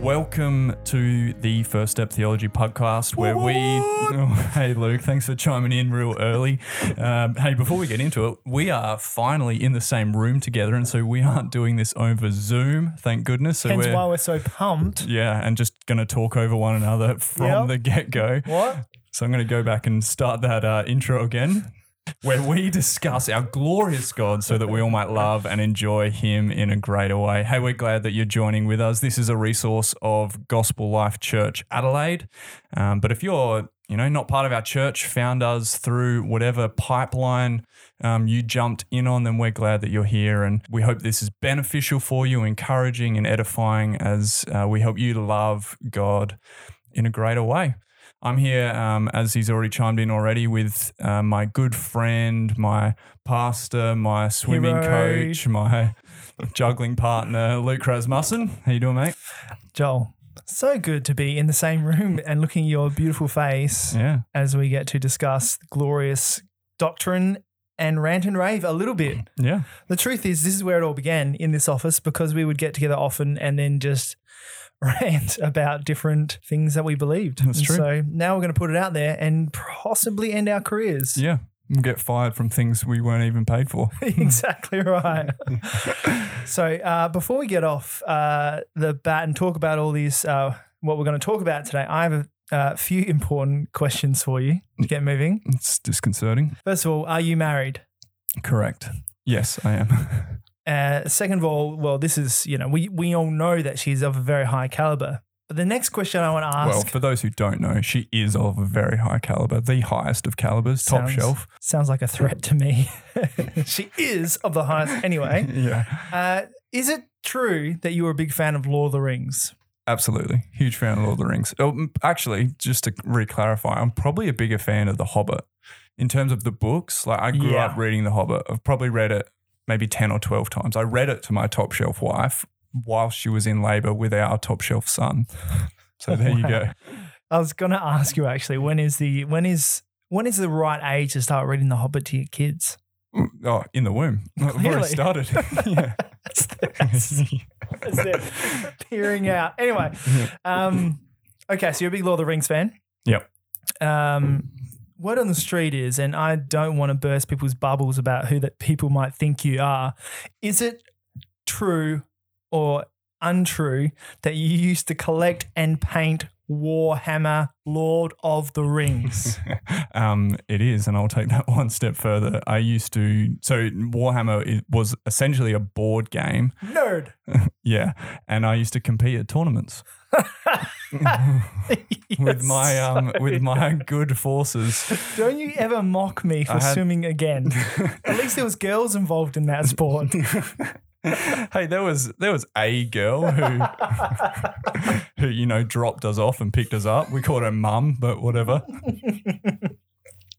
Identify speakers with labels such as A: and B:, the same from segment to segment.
A: Welcome to the First Step Theology podcast, where we. Oh, hey, Luke, thanks for chiming in real early. Um, hey, before we get into it, we are finally in the same room together, and so we aren't doing this over Zoom, thank goodness. So
B: Hence
A: we're,
B: why we're so pumped.
A: yeah, and just going to talk over one another from
B: Yep.
A: the get go.
B: What?
A: So I'm going to go back and start that uh, intro again, where we discuss our glorious God so that we all might love and enjoy Him in a greater way. Hey, we're glad that you're joining with us. This is a resource of Gospel Life Church Adelaide. Um, but if you're you know, not part of our church, found us through whatever pipeline um, you jumped in on, then we're glad that you're here. And we hope this is beneficial for you, encouraging and edifying as uh, we help you to love God in a greater way. I'm here, um, as he's already chimed in already, with uh, my good friend, my pastor, my swimming
B: Hero.
A: coach, my juggling partner, Luke Rasmussen. How you doing, mate?
B: Joel, so good to be in the same room and looking at your beautiful face
A: Yeah.
B: as we get to discuss glorious doctrine and rant and rave a little bit.
A: Yeah.
B: The truth is, this is where it all began in this office because we would get together often and then just rant about different things that we believed.
A: That's
B: And
A: true.
B: So now we're going to put it out there and possibly end our careers.
A: Yeah. We'll get fired from things we weren't even paid for.
B: exactly right. so uh, before we get off uh, the bat and talk about all these, uh, what we're going to talk about today, I have a uh, few important questions for you to get moving.
A: It's disconcerting.
B: First of all, are you married?
A: Correct. Yes, I am.
B: Uh, second of all, well, this is you know we we all know that she's of a very high caliber. But the next question I want to
A: Well,
B: ask
A: for those who don't know, she is of a very high caliber, the highest of calibers, top
B: Sounds-
A: shelf.
B: sounds like a threat to me. she is of the highest. Anyway,
A: Yeah.
B: uh, is it true that you were a big fan of Lord of the Rings?
A: Absolutely. Huge fan of Lord of the Rings. Oh, m- actually, just to re clarify, I'm probably a bigger fan of The Hobbit in terms of the books. Like, I grew
B: Yeah.
A: up reading The Hobbit. I've probably read it maybe 10 or 12 times. I read it to my top shelf wife while she was in labor with our top shelf son. So there you go.
B: I was gonna ask you actually, when is the when is when is the right age to start reading The Hobbit to your kids?
A: Oh, in the womb. I've
B: Clearly.
A: already started. yeah.
B: That's, that's, that's it. Peering out. Anyway, um, okay, so you're a big Lord of the Rings fan.
A: Yep.
B: Um, word on the street is, and I don't want to burst people's bubbles about who that people might think you are. Is it true or untrue that you used to collect and paint Warhammer Lord of the Rings?
A: Um, it is, and I'll take that one step further. I used to, so Warhammer i- was essentially a board game,
B: Nerd.
A: yeah, and I used to compete at tournaments with my um, with my good forces.
B: Don't you ever mock me for
A: I had-
B: swimming again. At least there was girls involved in that sport.
A: hey, there was there was a girl who who you know dropped us off and picked us up. We called her Mum, but whatever.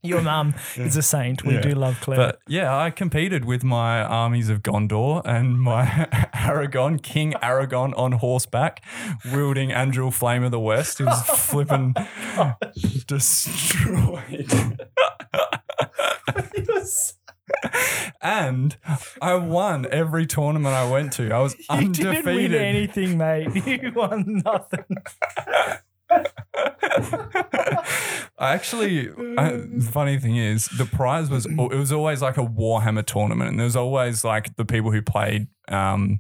B: Your mum is a saint. We
A: Yeah.
B: do love Claire.
A: But yeah, I competed with my armies of Gondor and my Aragon, King Aragon on horseback, wielding Andril Flame of the West, who's flipping
B: Oh,
A: destroyed.
B: It was-
A: And I won every tournament I went to. I was
B: you didn't win
A: undefeated.
B: anything, mate. You won nothing.
A: I actually, I, the funny thing is, the prize was it was always like a Warhammer tournament, and there's always like the people who played. Um,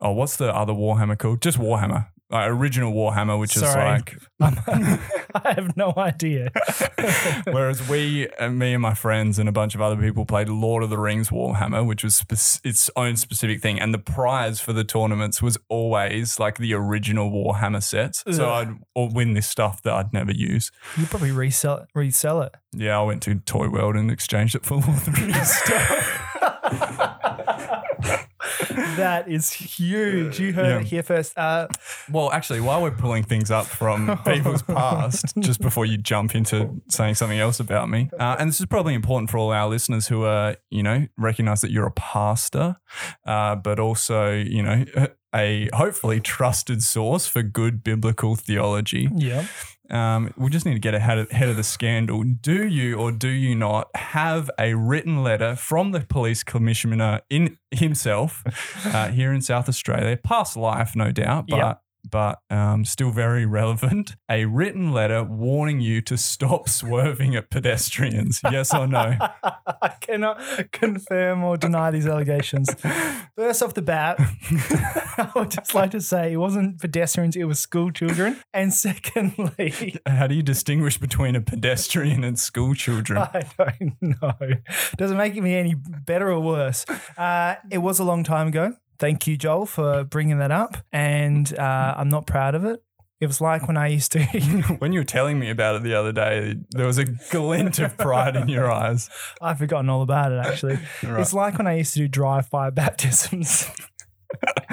A: oh, what's the other Warhammer called? Just Warhammer, like original Warhammer, which is
B: Sorry.
A: like.
B: I have no idea.
A: Whereas we, uh, me and my friends, and a bunch of other people played Lord of the Rings Warhammer, which was spec- its own specific thing. And the prize for the tournaments was always like the original Warhammer sets. So
B: Ugh.
A: I'd or win this stuff that I'd never use.
B: You probably resell it, resell it.
A: Yeah, I went to Toy World and exchanged it for Lord of the Rings stuff.
B: That is huge. You heard
A: Yeah.
B: it here first. Uh,
A: well, actually, while we're pulling things up from people's past, just before you jump into saying something else about me, uh, and this is probably important for all our listeners who are, you know, recognize that you're a pastor, uh, but also, you know, a hopefully trusted source for good biblical theology.
B: yeah.
A: Um, we just need to get ahead of, ahead of the scandal. Do you or do you not have a written letter from the police commissioner in himself uh, here in South Australia? Past life, no doubt, but
B: Yep.
A: but um, still very relevant. A written letter warning you to stop swerving at pedestrians. Yes or no?
B: I cannot confirm or deny these allegations. First off the bat, I would just like to say it wasn't pedestrians, it was school children. And secondly,
A: How do you distinguish between a pedestrian and school children?
B: I don't know. Doesn't make me any better or worse. Uh, it was a long time ago. Thank you, Joel, for bringing that up. And uh, I'm not proud of it. It was like when I used to,
A: When you were telling me about it the other day, there was a glint of pride in your eyes.
B: I've forgotten all about it actually.
A: Right.
B: It's like when I used to do dry fire baptisms.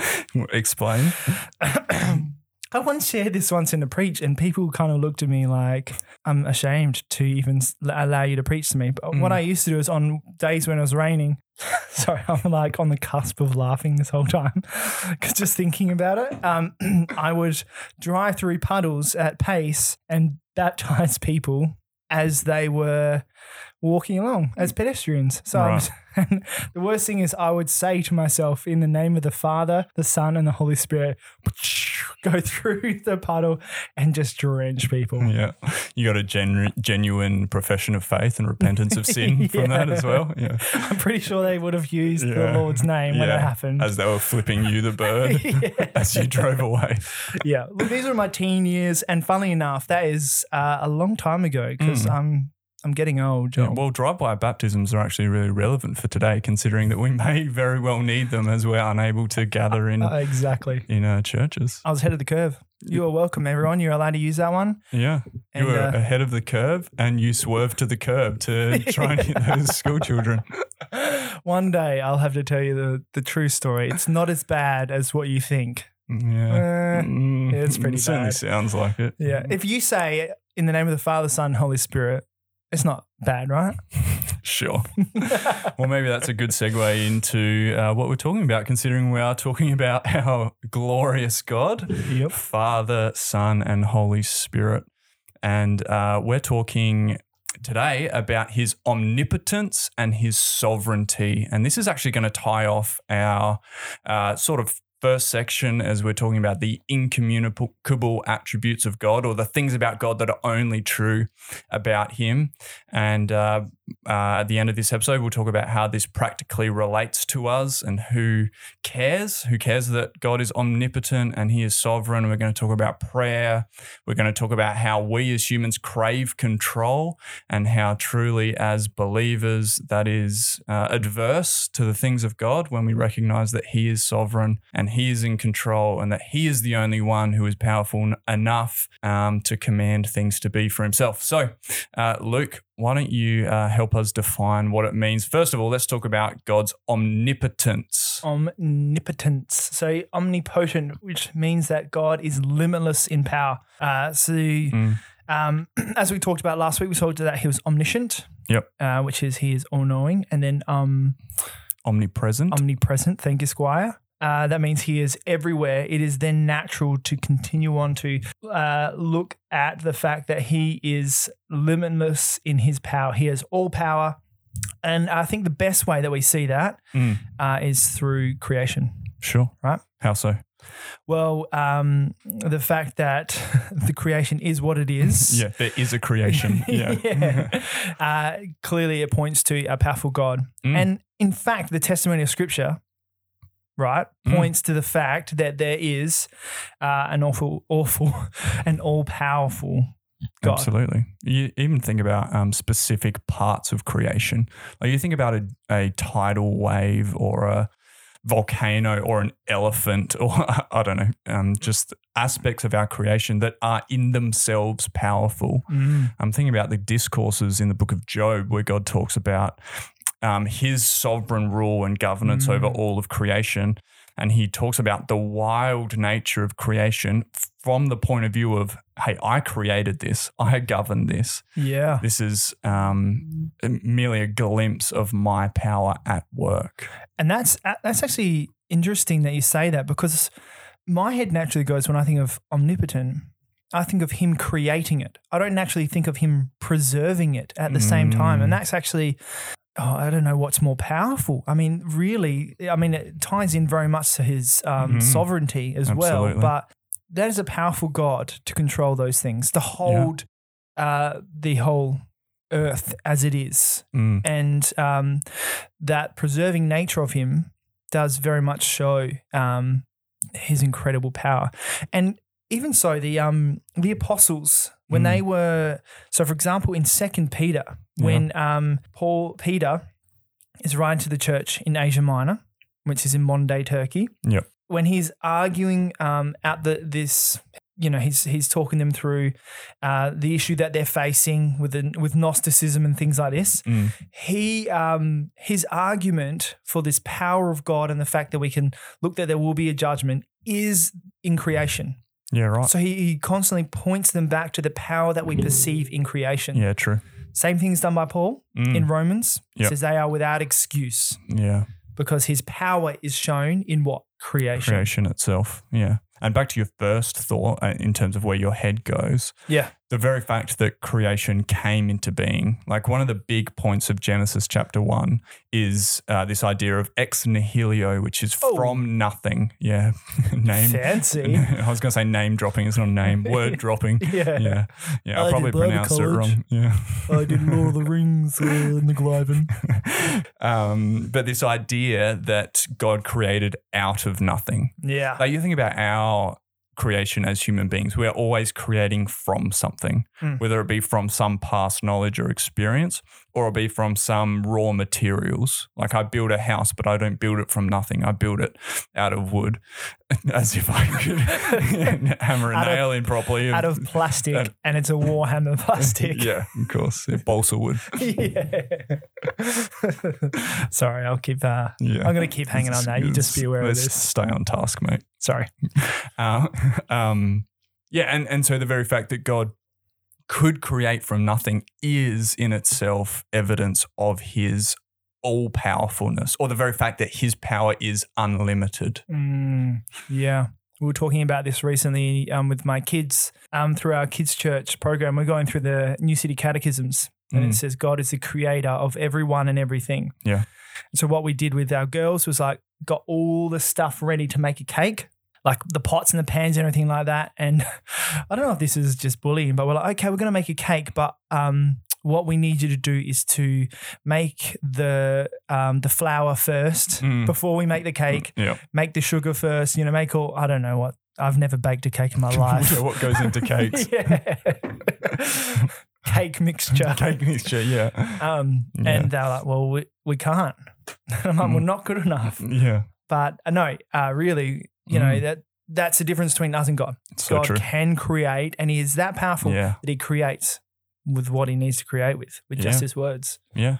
A: Explain.
B: I once shared this once in a preach, and people kind of looked at me like, I'm ashamed to even s- allow you to preach to me. But what I used to do is on days when it was raining, sorry, I'm like on the cusp of laughing this whole time because just thinking about it, um, I would drive through puddles at pace and baptize people as they were walking along as pedestrians. So I
A: Right.
B: was- and the worst thing is I would say to myself, in the name of the Father, the Son, and the Holy Spirit, go through the puddle and just drench people.
A: Yeah. You got a genu- genuine profession of faith and repentance of sin from that as well. Yeah.
B: I'm pretty sure they would have used
A: Yeah.
B: the Lord's name when
A: Yeah.
B: it happened.
A: As they were flipping you the bird
B: Yeah.
A: as you drove away.
B: yeah. Look, these were my teen years, and funnily enough, that is uh, a long time ago because I'm I'm getting old,
A: Mm. Yeah,
B: Joel.
A: well, drive-by baptisms are actually really relevant for today, considering that we may very well need them as we're unable to gather in
B: Uh, exactly.
A: in uh, churches.
B: I was ahead of the curve. You are welcome, everyone. You're allowed to use that one.
A: Yeah,
B: And,
A: you were
B: uh,
A: ahead of the curve, and you swerved to the curb to try and hit those school children.
B: One day I'll have to tell you the, the true story. It's not as bad as what you think.
A: Yeah,
B: Uh,
A: Mm,
B: it's pretty
A: it Certainly
B: bad.
A: sounds like it.
B: yeah. If you say in the name of the Father, Son, Holy Spirit, it's not bad, right?
A: Sure. well, maybe that's a good segue into uh, what we're talking about, considering we are talking about our glorious God,
B: Yep.
A: Father, Son, and Holy Spirit. And uh, we're talking today about his omnipotence and his sovereignty. And this is actually going to tie off our uh, sort of first section as we're talking about the incommunicable attributes of God or the things about God that are only true about him. And uh, uh, at the end of this episode, we'll talk about how this practically relates to us and who cares, who cares that God is omnipotent and he is sovereign. We're going to talk about prayer. We're going to talk about how we as humans crave control and how truly as believers that is uh, adverse to the things of God when we recognize that he is sovereign and he is in control and that he is the only one who is powerful en- enough um, to command things to be for himself. So, uh, Luke, why don't you uh, help us define what it means? First of all, let's talk about God's omnipotence.
B: Omnipotence. So omnipotent, which means that God is limitless in power. Uh, so,
A: Mm.
B: um, as we talked about last week, we talked that he was omniscient.
A: Yep.
B: Uh, which is he is all knowing, and then um,
A: Omnipresent.
B: omnipresent. Thank you, Squire. Uh, that means he is everywhere. It is then natural to continue on to uh, look at the fact that he is limitless in his power. He has all power. And I think the best way that we see that
A: Mm.
B: uh, is through creation.
A: Sure.
B: Right.
A: How so?
B: Well, um, the fact that the creation is what it is.
A: Yeah, there is a creation. Yeah.
B: Yeah. Uh, clearly, it points to a powerful God.
A: Mm.
B: And in fact, the testimony of Scripture, right,
A: Mm.
B: points to the fact that there is uh, an awful, awful, and all powerful God.
A: Absolutely. You even think about um, specific parts of creation. Like you think about a, a tidal wave or a volcano or an elephant or I don't know, um, just aspects of our creation that are in themselves powerful.
B: Mm.
A: I'm thinking about the discourses in the book of Job where God talks about um, his sovereign rule and governance
B: Mm.
A: over all of creation. And he talks about the wild nature of creation from the point of view of, hey, I created this, I govern this.
B: Yeah.
A: This is um, merely a glimpse of my power at work.
B: And that's uh, that's actually interesting that you say that because my head naturally goes when I think of omnipotent, I think of him creating it. I don't naturally think of him preserving it at the same time, and
A: Mm.
B: that's actually. Oh, I don't know what's more powerful. I mean, really, I mean, it ties in very much to his um,
A: Mhm.
B: sovereignty as well.
A: Absolutely.
B: But that is a powerful God to control those things, to hold uh, the whole earth as it is.
A: Mm.
B: And um, that preserving nature of him does very much show um, his incredible power. And even so, the um, the apostles, when
A: Mm.
B: they were, so for example, in Second Peter, when um, Paul Peter is writing to the church in Asia Minor, which is in modern day Turkey,
A: Yep.
B: when he's arguing um, out the this you know he's he's talking them through uh, the issue that they're facing with the, with Gnosticism and things like this.
A: Mm.
B: He um, his argument for this power of God and the fact that we can look that there will be a judgment is in creation.
A: Yeah, right.
B: So he, he constantly points them back to the power that we perceive in creation.
A: yeah, true.
B: Same thing's done by Paul
A: Mm.
B: in Romans. He
A: Yep.
B: says they are without excuse
A: yeah,
B: because his power is shown in what creation.
A: creation itself. Yeah. And back to your first thought uh, in terms of where your head goes.
B: Yeah.
A: the very fact that creation came into being. Like one of the big points of Genesis chapter one is uh, this idea of ex nihilo, which is
B: Oh.
A: from nothing. Yeah, name.
B: Fancy.
A: I was going to say name dropping. It's not a name. Word dropping.
B: Yeah.
A: Yeah, yeah. I,
B: I
A: probably
B: did Bible
A: pronounced it
B: college.
A: wrong. Yeah.
B: I did Lord of the Rings uh, and the Gliven.
A: um, but this idea that God created out of nothing.
B: Yeah.
A: Like you think about our creation as human beings, we're always creating from something,
B: Mm.
A: whether it be from some past knowledge or experience, or it be from some raw materials. Like I build a house, but I don't build it from nothing. I build it out of wood, as if I could hammer a
B: Out of-
A: nail in properly.
B: Out of plastic, and it's a Warhammer plastic.
A: yeah, of course, yeah, balsa wood.
B: Yeah. Sorry, I'll keep. Uh,
A: Yeah.
B: I'm going to keep hanging on that. You just be aware of
A: Let's
B: this.
A: Stay on task, mate.
B: Sorry.
A: Uh, um, yeah, and, and so the very fact that God could create from nothing is in itself evidence of his all powerfulness, or the very fact that his power is unlimited.
B: Mm, yeah. We were talking about this recently um, with my kids um, through our kids' church program. We're going through the New City Catechisms, and
A: Mm.
B: it says God is the creator of everyone and everything.
A: Yeah.
B: And so, what we did with our girls was like, got all the stuff ready to make a cake, like the pots and the pans and everything like that. And I don't know if this is just bullying, but we're like, okay, we're going to make a cake, but. Um, what we need you to do is to make the um, the flour first
A: Mm.
B: before we make the cake,
A: Yeah.
B: make the sugar first, you know, make all, I don't know what, I've never baked a cake in my life.
A: Yeah, what goes into cakes?
B: yeah. cake mixture.
A: Cake mixture, yeah.
B: Um,
A: Yeah. Mm.
B: And they're like, well, we, we can't. And I'm like, we're not good enough.
A: Yeah.
B: But uh, no, uh, really, you know,
A: Mm.
B: that that's the difference between us and God.
A: It's so
B: God
A: true.
B: can create, and He is that powerful
A: Yeah.
B: that He creates with what He needs to create with, with
A: Yeah.
B: just His words.
A: Yeah.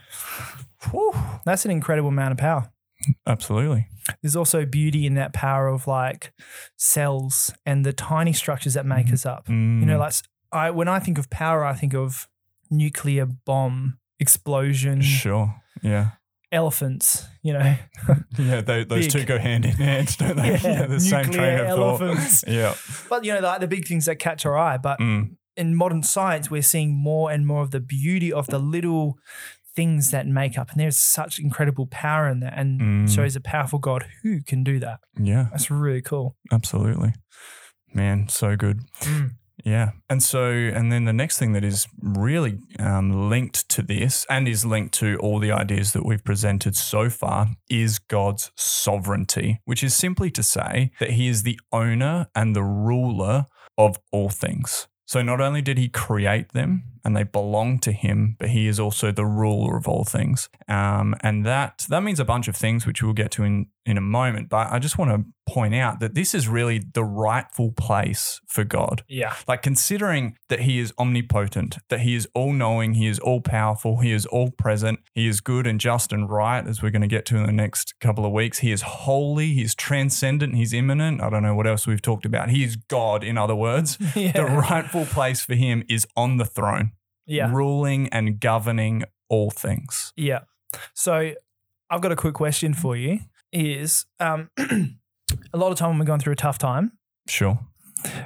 B: That's an incredible amount of power.
A: Absolutely.
B: there's also beauty in that power of like cells and the tiny structures that
A: Mm-hmm.
B: make us up. You
A: Mm,
B: know, like s- I when I think of power, I think of nuclear bomb explosion,
A: sure. Yeah.
B: elephants. You know,
A: Yeah. Tho- those
B: Big.
A: two go hand in hand, don't they? the same train of thought.
B: elephants.
A: Yeah.
B: but you know, like the big things that catch our eye. But
A: Mm.
B: in modern science, we're seeing more and more of the beauty of the little things that make up, and there's such incredible power in that, and
A: Mm.
B: shows a powerful God who can do that.
A: Yeah.
B: That's really cool.
A: Absolutely. Man, so good.
B: Mm.
A: Yeah. And so, and then the next thing that is really um, linked to this and is linked to all the ideas that we've presented so far is God's sovereignty, which is simply to say that he is the owner and the ruler of all things. So, not only did he create them and they belong to him, but he is also the ruler of all things. Um, and that, that means a bunch of things, which we'll get to in, in a moment. But I just want to point out that this is really the rightful place for God.
B: Yeah.
A: Like considering that he is omnipotent, that he is all knowing, he is all powerful, he is all present, he is good and just and right, as we're going to get to in the next couple of weeks. He is holy, he's transcendent, he's immanent. I don't know what else we've talked about. He is God, in other words.
B: Yeah.
A: The rightful place for him is on the throne,
B: yeah.
A: ruling and governing all things.
B: Yeah. So I've got a quick question for you is um, a lot of time when we're going through a tough time,
A: Sure.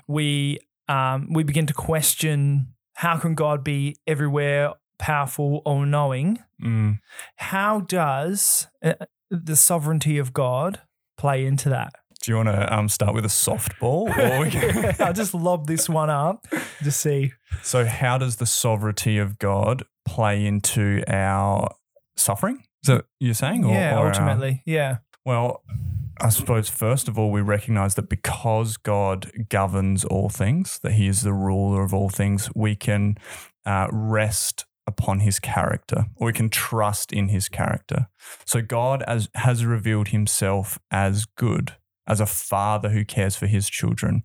B: we um, we begin to question how can God be everywhere, powerful, all knowing?
A: Mm.
B: How does uh, the sovereignty of God play into that?
A: Do you want to um, start with a softball? Or we can-
B: I'll just lob this one up to see.
A: so, how does the sovereignty of God play into our suffering? Is that what you're saying? Or,
B: yeah,
A: or our-
B: ultimately. Yeah.
A: well, I suppose first of all, we recognize that because God governs all things, that He is the ruler of all things, we can uh, rest upon His character, or we can trust in His character. So God as, has revealed Himself as good, as a father who cares for His children,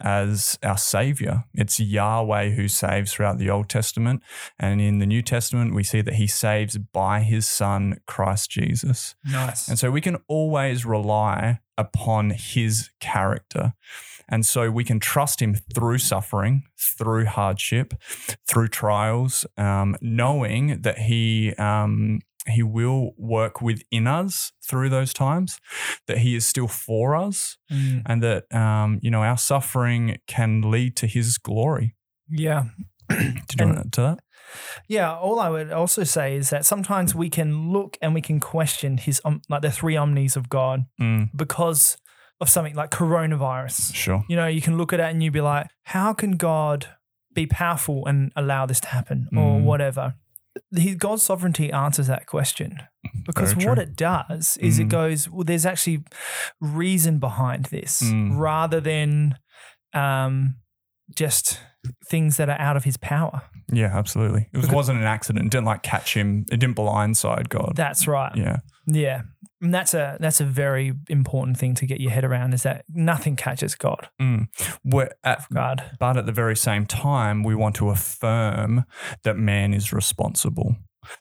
A: as our Savior. It's Yahweh who saves throughout the Old Testament. And in the New Testament, we see that He saves by His Son, Christ Jesus.
B: Nice.
A: And so we can always rely upon his character. And so we can trust him through suffering, through hardship, through trials, um, knowing that he. Um, he will work within us through those times, that He is still for us,
B: Mm.
A: and that um, you know our suffering can lead to His glory.
B: Yeah.
A: Did you want to add to
B: Yeah, all I would also say is that sometimes we can look and we can question his om- like the three omnis of God
A: that? Mm,
B: because of something like coronavirus.
A: sure.
B: You know, you can look at it and you'd be like, how can God be powerful and allow this to happen or
A: Mm.
B: whatever? His God's sovereignty answers that question because
A: Very
B: what
A: true.
B: it does is it
A: Mm.
B: goes, well, there's actually reason behind this
A: Mm.
B: rather than um, just things that are out of his power.
A: Yeah, absolutely. It was, wasn't an accident. It didn't like catch him. It didn't blindside God.
B: That's right.
A: yeah.
B: Yeah. And that's a that's a very important thing to get your head around is that nothing catches God.
A: Mm. We're at,
B: God.
A: but at the very same time, we want to affirm that man is responsible.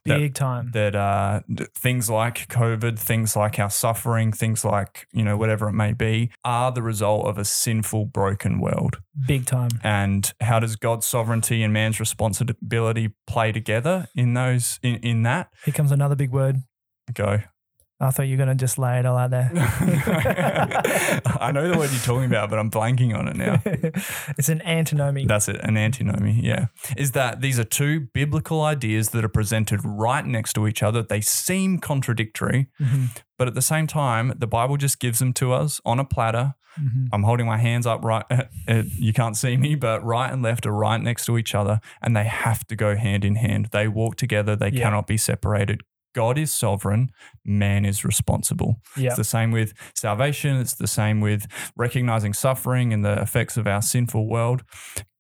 A: That-
B: Big time.
A: That uh, th- things like COVID, things like our suffering, things like you know whatever it may be, are the result of a sinful, broken world.
B: Big time.
A: And how does God's sovereignty and man's responsibility play together in those in, in that?
B: Here comes another big word.
A: Go.
B: I thought you were gonna just lay it all out there.
A: I know the word you're talking about, but I'm blanking on it now.
B: it's an antinomy.
A: That's it, an antinomy. Yeah. Is that these are two biblical ideas that are presented right next to each other. They seem contradictory,
B: Mhm,
A: but at the same time, the Bible just gives them to us on a platter.
B: mhm.
A: I'm holding my hands up right, uh, you can't see me, but right and left are right next to each other, and they have to go hand in hand. They walk together, they
B: Yeah.
A: cannot be separated. God is sovereign, man is responsible.
B: Yeah.
A: It's the same with salvation. It's the same with recognizing suffering and the effects of our sinful world.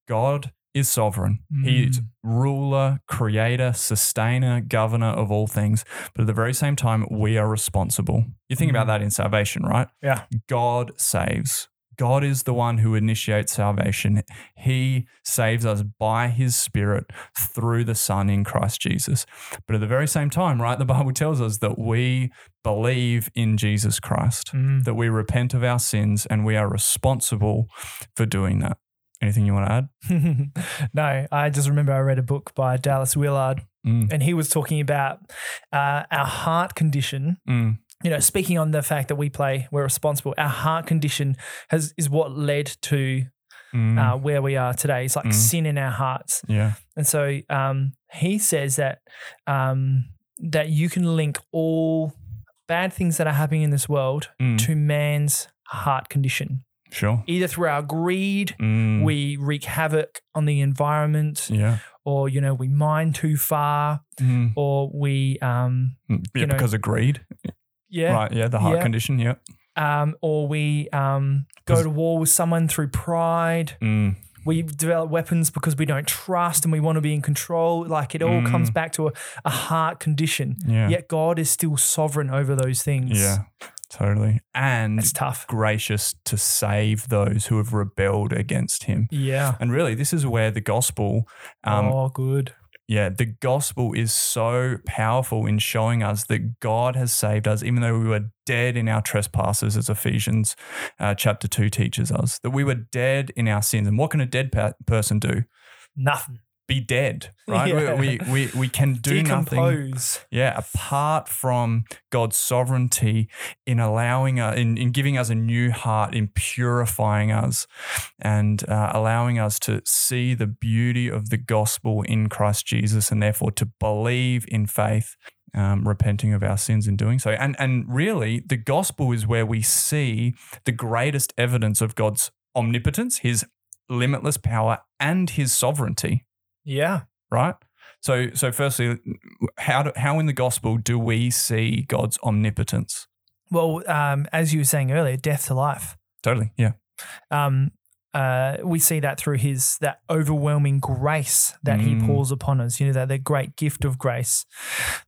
A: God is sovereign. He
B: Mm.
A: is ruler, creator, sustainer, governor of all things. But at the very same time, we are responsible. You think about
B: Mm.
A: that in salvation, right?
B: Yeah.
A: God saves. God is the one who initiates salvation. He saves us by his spirit through the Son in Christ Jesus. But at the very same time, right, the Bible tells us that we believe in Jesus Christ,
B: Mm.
A: that we repent of our sins and we are responsible for doing that. Anything you want to add?
B: Mm-hmm. no, I just remember I read a book by Dallas Willard,
A: Mm,
B: and he was talking about uh, our heart condition
A: mm,
B: you know, speaking on the fact that we play, we're responsible. Our heart condition has is what led to
A: mm.
B: uh, where we are today. It's like
A: Mm.
B: sin in our hearts,
A: yeah.
B: and so um, he says that um, that you can link all bad things that are happening in this world
A: Mm,
B: to man's heart condition,
A: sure.
B: either through our greed.
A: Mm,
B: We wreak havoc on the environment,
A: yeah.
B: or you know, we mine too far,
A: Mm,
B: or we, um,
A: yeah.
B: you know-
A: because of greed.
B: yeah,
A: Right. Yeah. The heart
B: Yeah.
A: condition. Yeah.
B: um, or we um, go to war with someone through pride.
A: Mm,
B: We develop weapons because we don't trust and we want to be in control. Like it all
A: Mm.
B: comes back to a, a heart condition.
A: yeah.
B: Yet God is still sovereign over those things.
A: Yeah. Totally. And
B: It's tough.
A: gracious to save those who have rebelled against him.
B: Yeah.
A: And really, this is where the gospel um,
B: oh, good.
A: Yeah, the gospel is so powerful in showing us that God has saved us, even though we were dead in our trespasses, as Ephesians uh, chapter 2 teaches us, that we were dead in our sins. And what can a dead pa- person do?
B: Nothing.
A: Be dead, right?
B: Yeah.
A: We, we, we, we can do nothing.
B: Decompose.
A: Yeah, apart from God's sovereignty in allowing us, in, in giving us a new heart, in purifying us, and uh, allowing us to see the beauty of the gospel in Christ Jesus, and therefore to believe in faith um, repenting of our sins in doing so. And and really, the gospel is where we see the greatest evidence of God's omnipotence, His limitless power, and His sovereignty.
B: Yeah.
A: Right. So so firstly, how do, how in the gospel do we see God's omnipotence?
B: Well, um, as you were saying earlier, death to life.
A: Totally. Yeah.
B: Um, uh, we see that through his that overwhelming grace that
A: Mm.
B: he pours upon us. You know that the great gift of grace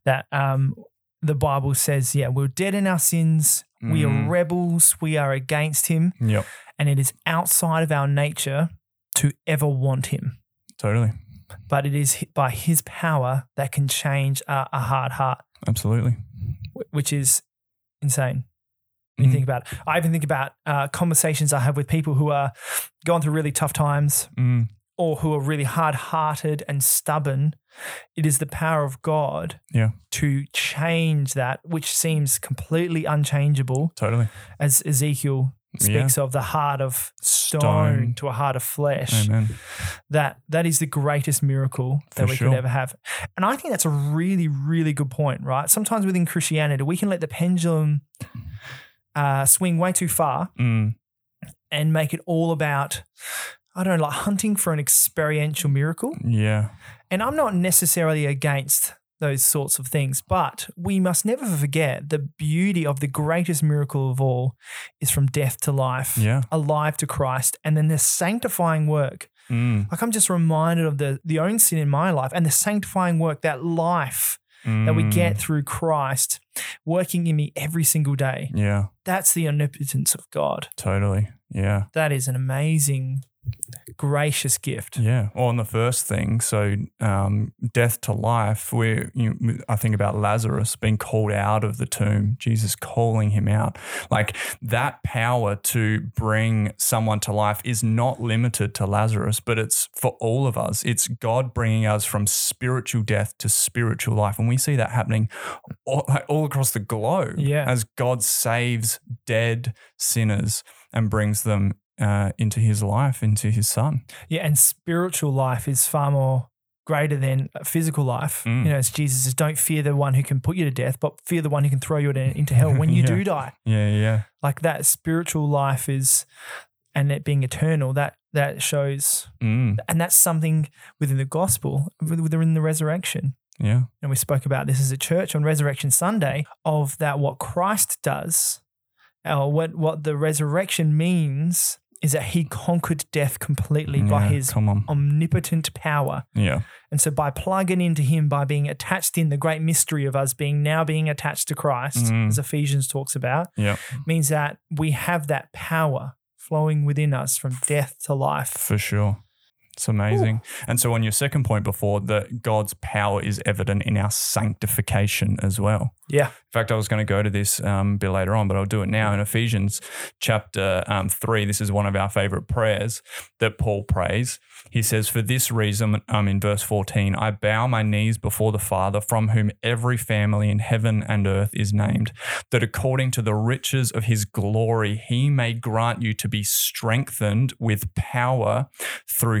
B: that um, the Bible says. Yeah, we're dead in our sins. We
A: Mm.
B: are rebels. We are against him,
A: Yep.
B: and it is outside of our nature to ever want him.
A: Totally.
B: But it is hi- by his power that can change a, a hard heart,
A: Absolutely.
B: wh- which is insane. when You
A: Mhm.
B: think about. It. I even think about uh, conversations I have with people who are going through really tough times
A: Mm.
B: or who are really hard hearted and stubborn, it is the power of God
A: Yeah.
B: to change that, which seems completely unchangeable,
A: Totally.
B: as Ezekiel
A: Yeah.
B: speaks of the heart of stone,
A: Stone.
B: to a heart of flesh.
A: Amen.
B: That that is the greatest miracle that
A: For
B: we
A: sure.
B: could ever have. And I think that's a really, really good point, right? Sometimes within Christianity, we can let the pendulum uh, swing way too far
A: Mm.
B: and make it all about, I don't know, like hunting for an experiential miracle.
A: Yeah.
B: And I'm not necessarily against those sorts of things, but we must never forget the beauty of the greatest miracle of all is from death to life,
A: Yeah.
B: alive to Christ, and then the sanctifying work.
A: Mm.
B: Like I'm just reminded of the the own sin in my life and the sanctifying work that life that we
A: Mm.
B: get through Christ working in me every single day.
A: Yeah.
B: That's the omnipotence of God.
A: Totally. Yeah.
B: That is an amazing gracious gift.
A: Yeah. Well, on the first thing, so um, death to life, where you know, I think about Lazarus being called out of the tomb, Jesus calling him out. Like that power to bring someone to life is not limited to Lazarus, but it's for all of us. It's God bringing us from spiritual death to spiritual life. And we see that happening all, like, all across the globe
B: Yeah.
A: as God saves dead sinners and brings them uh, into his life, into his son.
B: Yeah, and spiritual life is far more greater than physical life.
A: Mm.
B: You know, as Jesus says, don't fear the one who can put you to death, but fear the one who can throw you in- into hell when you
A: Yeah.
B: do die.
A: Yeah, yeah.
B: Like that spiritual life is, and it being eternal, that that shows,
A: Mm,
B: and that's something within the gospel, within the resurrection.
A: yeah.
B: And we spoke about this as a church on Resurrection Sunday of that what Christ does, or what, what the resurrection means is that he conquered death completely by
A: Yeah,
B: his
A: come on.
B: omnipotent power.
A: Yeah.
B: And so by plugging into him, by being attached in the great mystery of us being now being attached to Christ,
A: Mm.
B: as Ephesians talks about,
A: Yeah.
B: means that we have that power flowing within us from death to life.
A: For sure. It's amazing. And so on your second point before that God's power is evident in our sanctification as well.
B: Yeah.
A: In fact, I was going to go to this um, a bit later on, but I'll do it now. In Ephesians chapter um, 3, this is one of our favorite prayers that Paul prays. He says, For this reason, um, in verse 14, I bow my knees before the Father, from whom every family in heaven and earth is named, that according to the riches of his glory, he may grant you to be strengthened with power through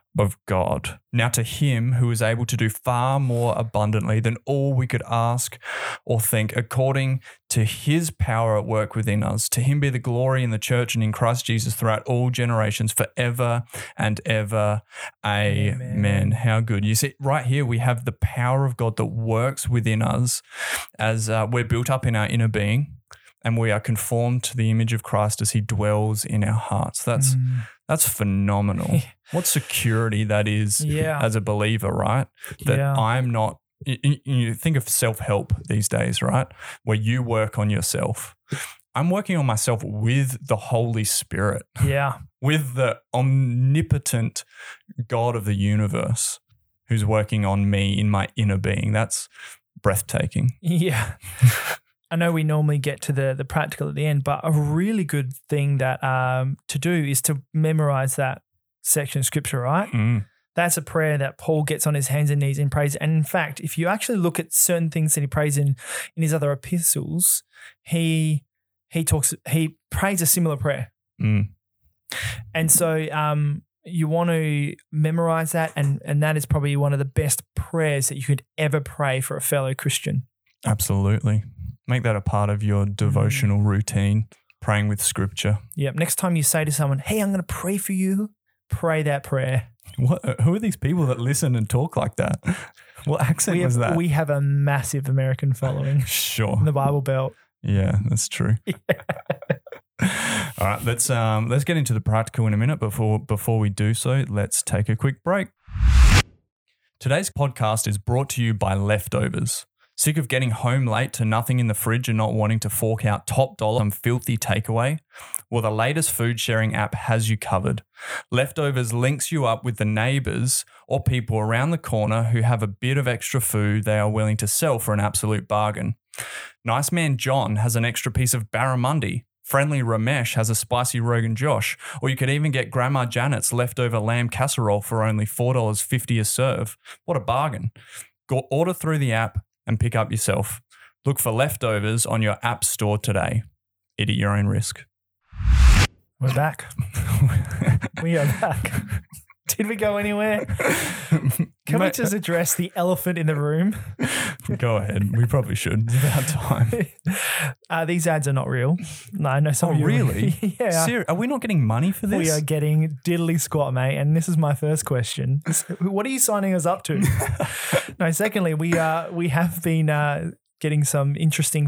A: of God. Now, to him who is able to do far more abundantly than all we could ask or think, according to his power at work within us, to him be the glory in the church and in Christ Jesus throughout all generations, forever and ever. Amen.
B: Amen.
A: How good. You see, right here we have the power of God that works within us as uh, we're built up in our inner being. And we are conformed to the image of Christ as He dwells in our hearts. That's
B: Mm.
A: that's phenomenal. what security that is
B: yeah.
A: as a believer, right? That
B: yeah.
A: I'm not. y- y- You think of self help these days, right? Where you work on yourself. I'm working on myself with the Holy Spirit,
B: yeah.
A: with the omnipotent God of the universe who's working on me in my inner being. That's breathtaking.
B: Yeah. I know we normally get to the the practical at the end, but a really good thing that um to do is to memorize that section of scripture, right?
A: Mm.
B: That's a prayer that Paul gets on his hands and knees and prays. And in fact, if you actually look at certain things that he prays in in his other epistles, he he talks he prays a similar prayer.
A: Mm.
B: And so um you want to memorize that and and that is probably one of the best prayers that you could ever pray for a fellow Christian.
A: Absolutely. Make that a part of your devotional
B: Mm.
A: routine, praying with scripture.
B: Yep. Next time you say to someone, "Hey, I'm going to pray for you," pray that prayer.
A: What, who are these people that listen and talk like that? What accent
B: we
A: was
B: have,
A: that?
B: We have a massive American following
A: sure.
B: in the Bible Belt.
A: Yeah, that's true. All right, let's um, let's get into the practical in a minute. Before before we do so, let's take a quick break. Today's podcast is brought to you by Leftovers. Sick of getting home late to nothing in the fridge and not wanting to fork out top dollar on filthy takeaway? Well, the latest food sharing app has you covered. Leftovers links you up with the neighbors or people around the corner who have a bit of extra food they are willing to sell for an absolute bargain. Nice man John has an extra piece of barramundi. Friendly Ramesh has a spicy Rogan Josh, or you could even get Grandma Janet's leftover lamb casserole for only $4.50 a serve. What a bargain. Go order through the app and pick up yourself. Look for leftovers on your app store today. Eat at your own risk.
B: We're back. We are back. Did we go anywhere? Can we
A: Mate,
B: just address the elephant in the room?
A: go ahead? We probably should. It's about time.
B: Uh, these ads are not real. No, I know some
A: Oh,
B: of you.
A: really?
B: yeah.
A: Seri- are we not getting money for this?
B: We are getting diddly squat, mate. And this is my first question. What are you signing us up to? no, secondly, we uh, we have been uh, getting some interesting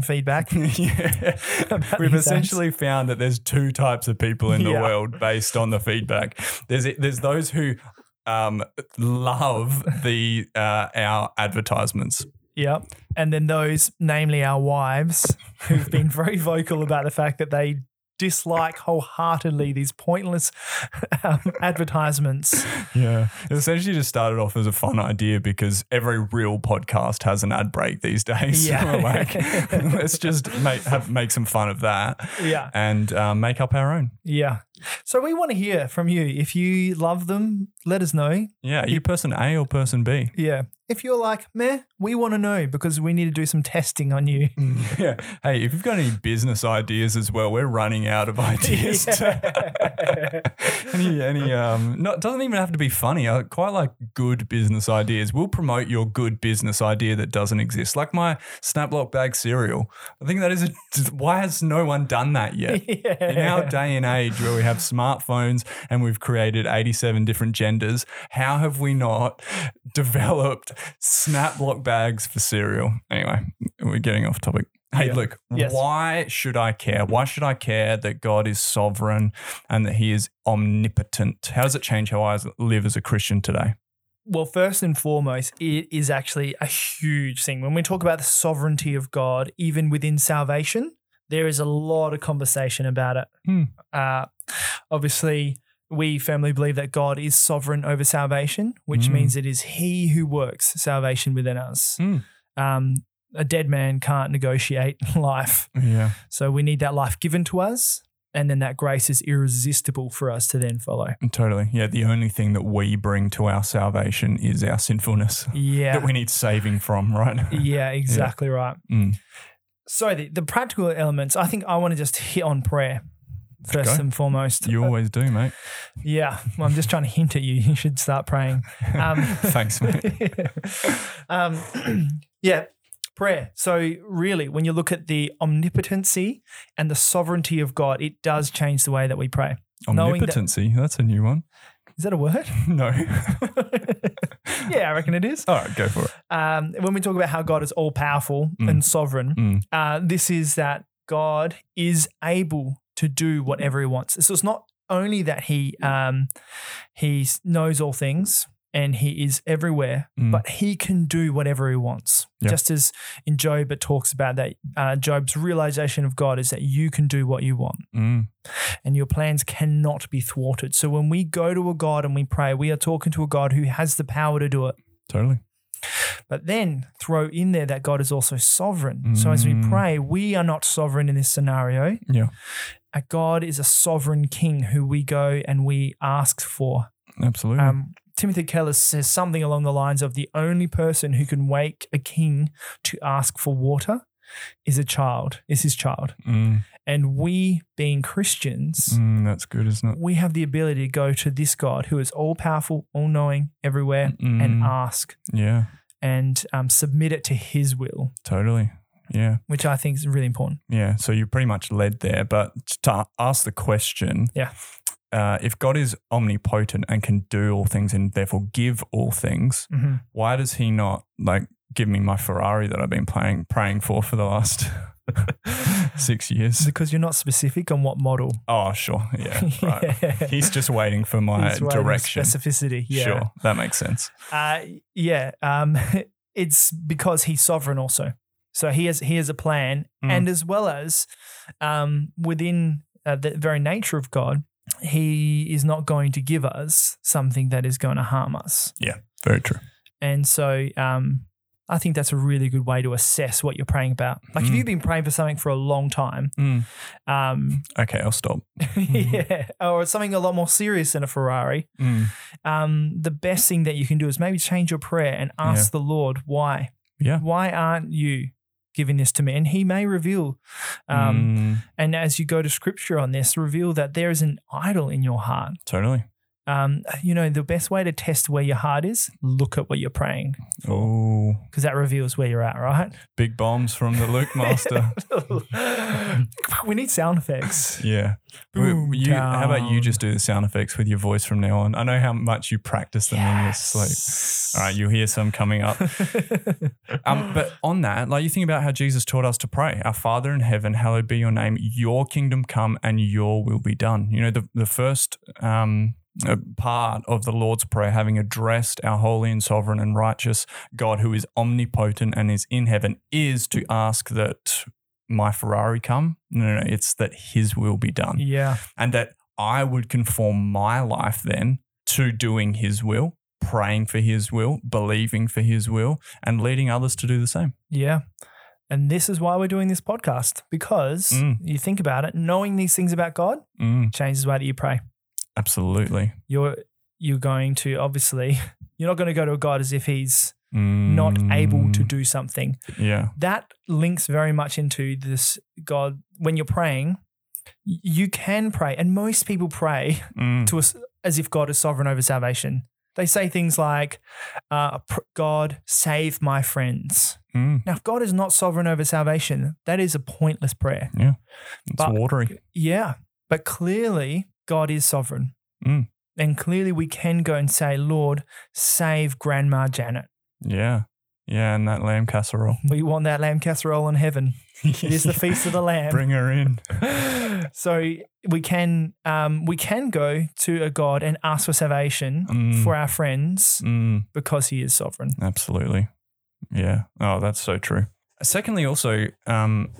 B: feedback.
A: yeah.
B: About
A: We've
B: these ads.
A: essentially found that there's two types of people in the
B: Yeah.
A: world based on the feedback. There's there's those who um, love the uh, our advertisements.
B: Yep. And then those, namely our wives, who've been very vocal about the fact that they dislike wholeheartedly these pointless um, advertisements.
A: Yeah. It essentially just started off as a fun idea because every real podcast has an ad break these days.
B: Yeah.
A: So we're like, let's just make have, make some fun of that
B: Yeah.
A: and uh, make up our own.
B: Yeah. So we want to hear from you. If you love them, let us know.
A: Yeah. Are you person A or person B?
B: Yeah. If you're like, meh, we want to know because we need to do some testing on you.
A: Yeah. Hey, if you've got any business ideas as well, we're running out of ideas. to- any, any, um, not doesn't even have to be funny. I quite like good business ideas. We'll promote your good business idea that doesn't exist, like my Snaplock bag cereal. I think that is a, why has no one done that yet? In our day and age where we have smartphones and we've created 87 different genders, how have we not developed snap block bags for cereal? Anyway, we're getting off topic. Hey,
B: Yeah.
A: look,
B: Yes.
A: why should I care? Why should I care that God is sovereign and that he is omnipotent? How does it change how I live as a Christian today?
B: Well, first and foremost, it is actually a huge thing. When we talk about the sovereignty of God, even within salvation, there is a lot of conversation about it.
A: Hmm.
B: Uh, obviously, we firmly believe that God is sovereign over salvation, which
A: Hmm.
B: means it is He who works salvation within us.
A: Hmm.
B: Um, a dead man can't negotiate life.
A: Yeah.
B: So we need that life given to us. And then that grace is irresistible for us to then follow.
A: Totally. Yeah. The only thing that we bring to our salvation is our sinfulness
B: Yeah.
A: that we need saving from, right?
B: yeah, exactly right.
A: Mm.
B: So the, the practical elements, I think I want to just hit on prayer first
A: Okay.
B: and foremost.
A: You always do, mate.
B: yeah, well, I'm just trying to hint at you. You should start praying. Um,
A: Thanks, mate.
B: um, yeah, prayer. So, really, when you look at the omnipotency and the sovereignty of God, it does change the way that we pray. Knowing that-
A: Omnipotency. That's a new one.
B: Is that a word?
A: No.
B: yeah, I reckon it is.
A: All right, go for it.
B: Um, when we talk about how God is all powerful
A: Mm.
B: and sovereign,
A: Mm.
B: uh, this is that God is able to do whatever He wants. So it's not only that He um, He knows all things and He is everywhere,
A: Mm.
B: but He can do whatever He wants.
A: Yeah.
B: Just as in Job, it talks about that uh, Job's realization of God is that you can do what you want
A: Mm.
B: and your plans cannot be thwarted. So when we go to a God and we pray, we are talking to a God who has the power to do it.
A: Totally.
B: But then throw in there that God is also sovereign. So as we
A: Mm.
B: pray, we are not sovereign in this scenario.
A: Yeah.
B: A God is a sovereign king who we go and we ask for.
A: Absolutely.
B: Um, Timothy Keller says something along the lines of the only person who can wake a king to ask for water is a child, is his child.
A: Mm,
B: And we, being Christians,
A: mm, that's good, isn't it?
B: we have the ability to go to this God who is all powerful, all knowing, everywhere, and um,
A: Mm.
B: ask
A: Yeah,
B: and um, submit it to his will,
A: totally. Yeah,
B: which I think is really important.
A: yeah. So you're pretty much led there, but to ask the question,
B: Yeah.
A: uh, if God is omnipotent and can do all things and therefore give all things,
B: Mm-hmm.
A: why does He not like give me my Ferrari that I've been playing praying for for the last six years?
B: Because you're not specific on what model.
A: Oh, sure, yeah, right.
B: Yeah.
A: He's just waiting for my
B: He's writing
A: direction.
B: Specificity. Yeah.
A: Sure, that makes sense.
B: Uh, yeah. Um, it's because he's sovereign also. So he has he has a plan,
A: Mm.
B: and as well as um, within uh, the very nature of God, he is not going to give us something that is going to harm us.
A: Very true.
B: And so um, I think that's a really good way to assess what you're praying about. Like if
A: Mm.
B: you've been praying for something for a long time,
A: Mm.
B: um,
A: Okay, I'll stop. Mm-hmm.
B: yeah, or something a lot more serious than a Ferrari,
A: Mm.
B: um, the best thing that you can do is maybe change your prayer and ask the Lord why.
A: Yeah.
B: Why aren't you giving this to me? And He may reveal, um,
A: Mm,
B: and as you go to Scripture on this, reveal that there is an idol in your heart.
A: totally.
B: Um, you know, the best way to test where your heart is, look at what you're praying,
A: Oh,
B: because that reveals where you're at, right?
A: big bombs from the Luke Master.
B: we need sound effects.
A: Yeah. We-
B: Boom
A: you- how about you
B: down.
A: just do the sound effects with your voice from now on? I know how much you practice them in your sleep. All right, you'll hear some coming up. Um, but on that, like you think about how Jesus taught us to pray Our Father in heaven, hallowed be your name, your kingdom come, and your will be done. You know, the, the first um, uh, part of the Lord's Prayer, having addressed our holy and sovereign and righteous God who is omnipotent and is in heaven, is to ask that my Ferrari come. No, no, no, it's that his will be done
B: yeah.
A: and that I would conform my life then to doing his will, praying for his will, believing for his will, and leading others to do the same.
B: Yeah. And this is why we're doing this podcast because
A: Mm.
B: you think about it, knowing these things about God
A: Mm,
B: changes the way that you pray.
A: absolutely.
B: You're you're going to obviously you're not going to go to a God as if he's
A: Mm,
B: not able to do something.
A: Yeah.
B: That links very much into this God when you're praying, y- you can pray and most people pray
A: Mm,
B: to us as if God is sovereign over salvation. They say things like, uh, pr- God, save my friends.
A: mm,
B: Now, if God is not sovereign over salvation, that is a pointless prayer.
A: it's
B: But-
A: watery.
B: Yeah. But clearly, God is sovereign.
A: Mm.
B: And clearly, we can go and say, Lord, save Grandma Janet.
A: Yeah. Yeah. And that lamb casserole.
B: We want that lamb casserole in heaven. It is the feast of the lamb.
A: Bring her in.
B: so we can um, we can go to a God and ask for salvation
A: Mm.
B: for our friends
A: Mm,
B: because He is sovereign.
A: absolutely. Yeah. Oh, that's so true. Secondly, also, um,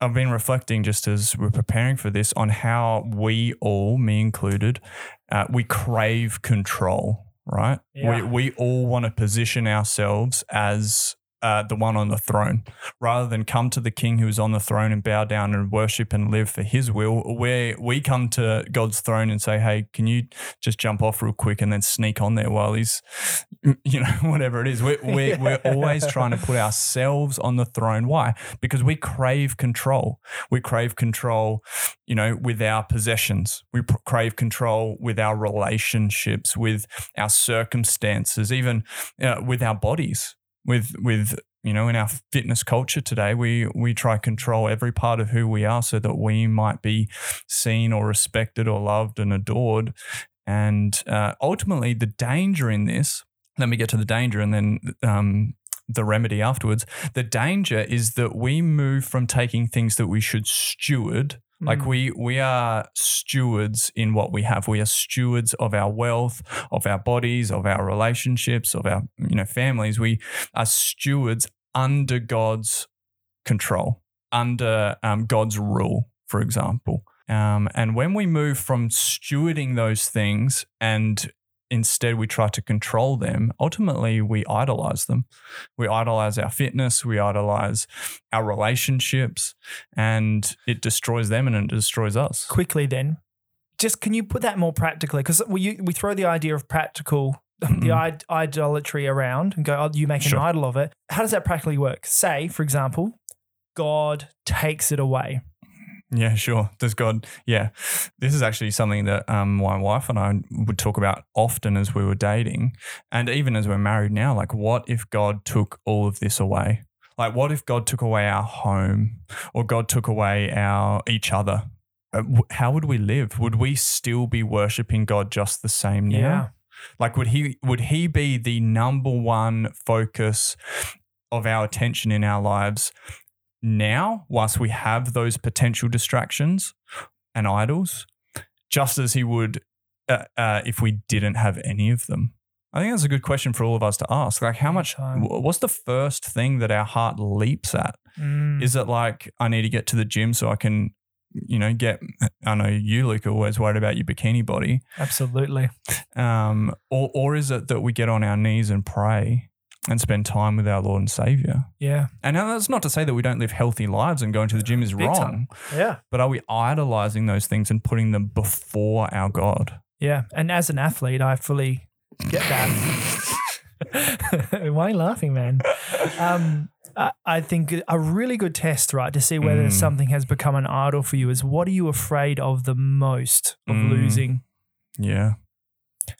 A: I've been reflecting just as we're preparing for this on how we all, me included, uh, we crave control, right?
B: Yeah.
A: We, we all want to position ourselves as uh, the one on the throne rather than come to the king who's on the throne and bow down and worship and live for his will. Where we come to God's throne and say, hey, can you just jump off real quick and then sneak on there while he's, you know, whatever it is. We're, we're, we're always trying to put ourselves on the throne. Why? Because we crave control. We crave control, you know, with our possessions. We pr- crave control with our relationships, with our circumstances, even uh, with our bodies. With with you know, in our fitness culture today, we we try control every part of who we are so that we might be seen or respected or loved and adored. And uh, ultimately, the danger in this. Let me get to the danger, and then um, the remedy afterwards. The danger is that we move from taking things that we should steward
B: Mm.
A: like we we are stewards in what we have. We are stewards of our wealth, of our bodies, of our relationships, of our you know families. We are stewards under God's control, under um, God's rule, for example. Um, and when we move from stewarding those things and instead we try to control them, ultimately we idolize them. We idolize our fitness, we idolize our relationships, and it destroys them and it destroys us.
B: quickly then just can you put that more practically? Because we you- we throw the idea of practical, the Id- idolatry around, and go, "Oh, you make an
A: Mm-hmm. Sure.
B: idol of it." How does that practically work? Say, for example, God takes it away.
A: Yeah, sure. Does God? Yeah, this is actually something that um, my wife and I would talk about often as we were dating, and even as we're married now. Like, what if God took all of this away? Like, what if God took away our home, or God took away our each other? Uh, w- How would we live? Would we still be worshiping God just the same now?
B: Yeah.
A: Like, would he would he be the number one focus of our attention in our lives now, whilst we have those potential distractions and idols, just as he would uh, uh, if we didn't have any of them? I think that's a good question for all of us to ask. Like, how much?
B: Anytime.
A: wh- What's the first thing that our heart leaps at?
B: Mm.
A: Is it like I need to get to the gym so I can, you know, get? I know you, Luke, are always worried about your bikini body.
B: Absolutely.
A: Um, or, or is it that we get on our knees and pray and spend time with our Lord and Savior?
B: Yeah.
A: And now that's not to say that we don't live healthy lives and going to the gym is
B: Big
A: wrong,
B: time. Yeah.
A: but are we idolizing those things and putting them before our God?
B: Yeah. And as an athlete, I fully get that. Why are you laughing, man? Um, I, I think a really good test, right, to see whether
A: Mm.
B: something has become an idol for you is what are you afraid of the most of
A: Mm.
B: losing?
A: Yeah.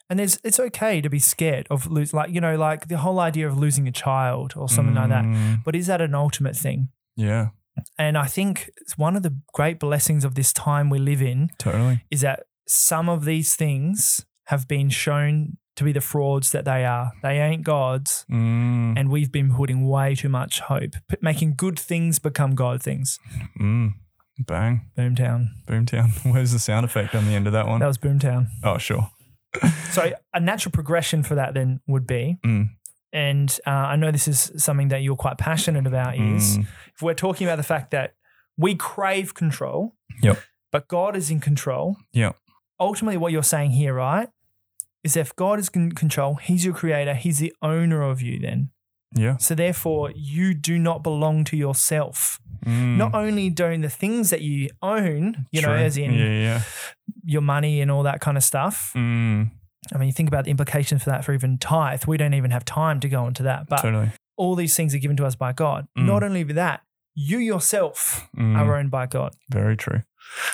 B: And it's it's okay to be scared of lose, like you know, like the whole idea of losing a child or something like that.
A: Mm,
B: But is that an ultimate thing?
A: Yeah,
B: And I think it's one of the great blessings of this time we live in
A: totally.
B: is that some of these things have been shown to be the frauds that they are. They ain't gods.
A: Mm,
B: And we've been putting way too much hope, p- making good things become God things.
A: mm, bang.
B: Boomtown.
A: Boomtown. Where's the sound effect on the end of that one?
B: That was Boomtown.
A: oh, sure.
B: So, a natural progression for that then would be,
A: Mm.
B: and uh, I know this is something that you're quite passionate about, is
A: Mm,
B: if we're talking about the fact that we crave control,
A: Yep.
B: but God is in control.
A: Yep.
B: Ultimately, what you're saying here, right, is if God is in control, He's your creator, He's the owner of you then.
A: yeah.
B: So therefore, you do not belong to yourself.
A: Mm,
B: Not only don't the things that you own, you know,
A: true.
B: as in
A: Yeah, yeah.
B: your money and all that kind of stuff.
A: Mm,
B: I mean, you think about the implications for that for even tithe. We don't even have time to go into that. But
A: totally.
B: all these things are given to us by God.
A: Mm.
B: Not only with that, you yourself
A: Mm.
B: are owned by God.
A: Very true.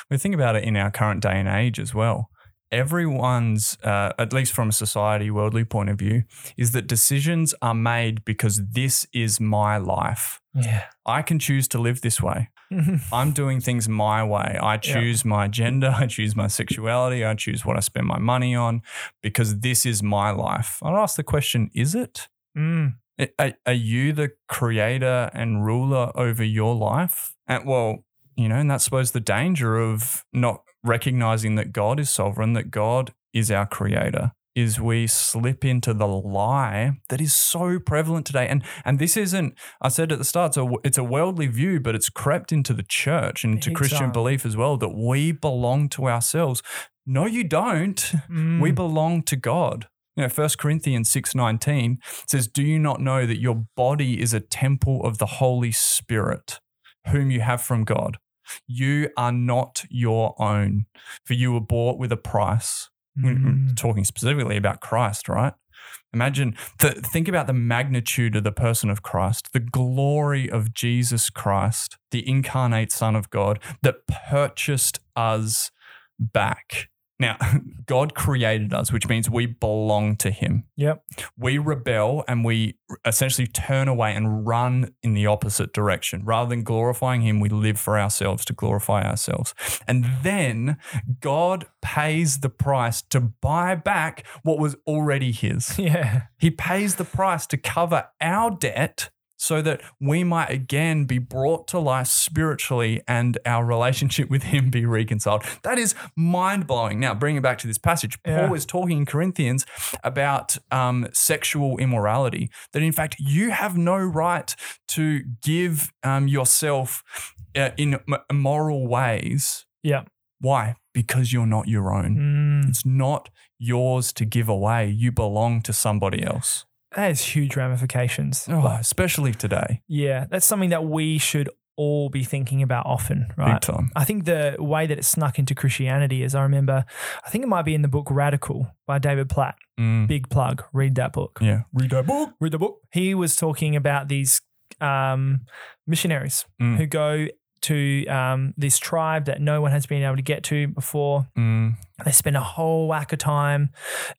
A: We think about it in our current day and age as well. Everyone's, uh, at least from a society worldly point of view, is that decisions are made because this is my life.
B: Yeah.
A: I can choose to live this way. I'm doing things my way. I
B: Yeah.
A: choose my gender. I choose my sexuality. I choose what I spend my money on because this is my life. I'll ask the question is it?
B: mm.
A: I- Are, are you the creator and ruler over your life? And well, you know, and that's suppose the danger of not recognizing that God is sovereign, that God is our creator, is we slip into the lie that is so prevalent today. And and this isn't, I said at the start, so it's a worldly view, but it's crept into the church and into
B: Big
A: Christian
B: time.
A: belief as well that we belong to ourselves. No, you don't. We
B: Mm.
A: belong to God. You know, 1 Corinthians 6:19 says, "Do you not know that your body is a temple of the Holy Spirit, whom you have from God? You are not your own, for you were bought with a price." We're
B: Mm.
A: Talking specifically about Christ, right? Imagine, the, think about the magnitude of the person of Christ, the glory of Jesus Christ, the incarnate Son of God that purchased us back. Now, God created us, which means we belong to Him.
B: Yep.
A: We rebel and we essentially turn away and run in the opposite direction. Rather than glorifying Him, we live for ourselves to glorify ourselves. And then God pays the price to buy back what was already His.
B: Yeah.
A: He pays the price to cover our debt so that we might again be brought to life spiritually and our relationship with him be reconciled. That is mind blowing. Now, bringing it back to this passage,
B: Yeah.
A: Paul is talking in Corinthians about um, sexual immorality, that in fact, you have no right to give um, yourself uh, in m- immoral ways.
B: Yeah.
A: Why? Because you're not your own.
B: Mm.
A: It's not yours to give away. You belong to somebody else.
B: That has huge ramifications.
A: Oh, especially today.
B: Yeah, that's something that we should all be thinking about often, right?
A: Big time.
B: I think the way that it snuck into Christianity is I remember, I think it might be in the book Radical by David Platt.
A: Mm.
B: Big plug, read that book.
A: Yeah. Read that book.
B: Read the book. He was talking about these um, missionaries
A: Mm.
B: who go to um, this tribe that no one has been able to get to before.
A: Mm.
B: They spend a whole whack of time.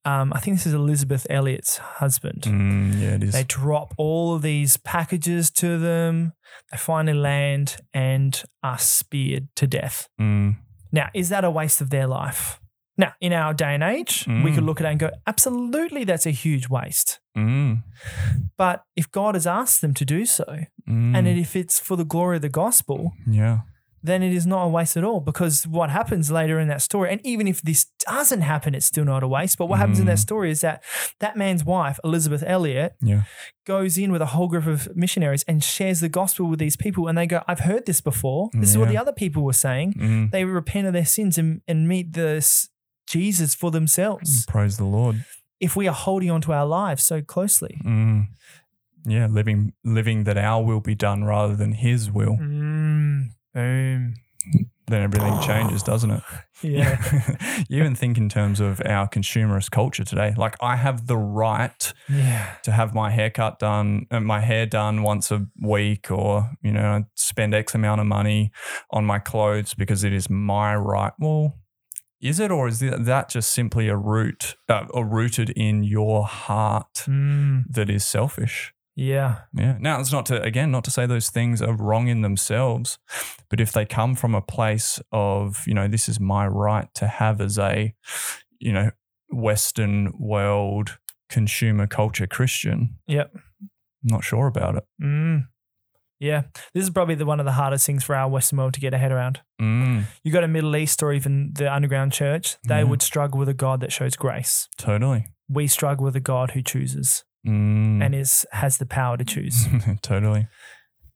B: Um, I think this is Elizabeth Elliot's husband.
A: Mm, yeah, it is.
B: They drop all of these packages to them. They finally land and are speared to death.
A: Mm.
B: Now, is that a waste of their life? Now, in our day and age, we
A: Mm.
B: could look at it and go, absolutely, that's a huge waste.
A: Mm.
B: But if God has asked them to do so,
A: Mm.
B: and if it's for the glory of the gospel,
A: yeah.
B: then it is not a waste at all. Because what happens later in that story, and even if this doesn't happen, it's still not a waste. But what happens in that
A: Mm.
B: story is that that man's wife, Elizabeth Elliot,
A: Yeah.
B: goes in with a whole group of missionaries and shares the gospel with these people, and they go, "I've heard this before. This is what
A: Yeah.
B: the other people were saying."
A: Mm.
B: they repent of their sins and, and meet this Jesus for themselves.
A: Praise the Lord.
B: If we are holding on to our lives so closely,
A: Mm. Yeah, living living that our will be done rather than His will,
B: mm, boom,
A: then everything changes, doesn't it?
B: yeah,
A: you even think in terms of our consumerist culture today. Like, I have the right
B: yeah,
A: to have my haircut done, uh, my hair done once a week, or you know, spend X amount of money on my clothes because it is my right. Well, is it, or is th- that just simply a root, uh, or rooted in your heart
B: mm,
A: that is selfish?
B: yeah,
A: Yeah. Now, it's not to, again, not to say those things are wrong in themselves, but if they come from a place of, you know, this is my right to have as a, you know, Western world consumer culture Christian.
B: Yep.
A: I'm not sure about it.
B: mm, yeah. This is probably the one of the hardest things for our Western world to get a head around.
A: Mm,
B: You go to Middle East or even the underground church, they
A: Yeah.
B: would struggle with a God that shows grace.
A: totally.
B: We struggle with a God who chooses
A: Mm,
B: and is has the power to choose.
A: totally.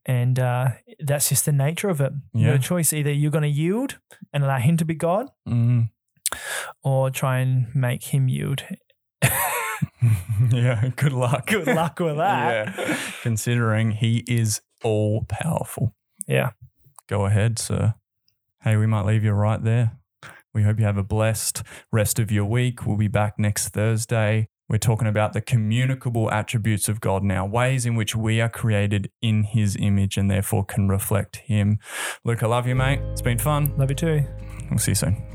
B: and uh, that's just the nature of it. You
A: Yeah.
B: got a choice: either you're going to yield and allow him to be God,
A: Mm.
B: or try and make him yield.
A: yeah. Good luck.
B: Good luck with that.
A: yeah. Considering he is all powerful.
B: Yeah.
A: go ahead, sir. Hey, we might leave you right there. We hope you have a blessed rest of your week. We'll be back next Thursday. We're talking about the communicable attributes of God now, ways in which we are created in his image and therefore can reflect him. Luke, I love you, mate. It's been fun.
B: Love you too.
A: We'll see you soon.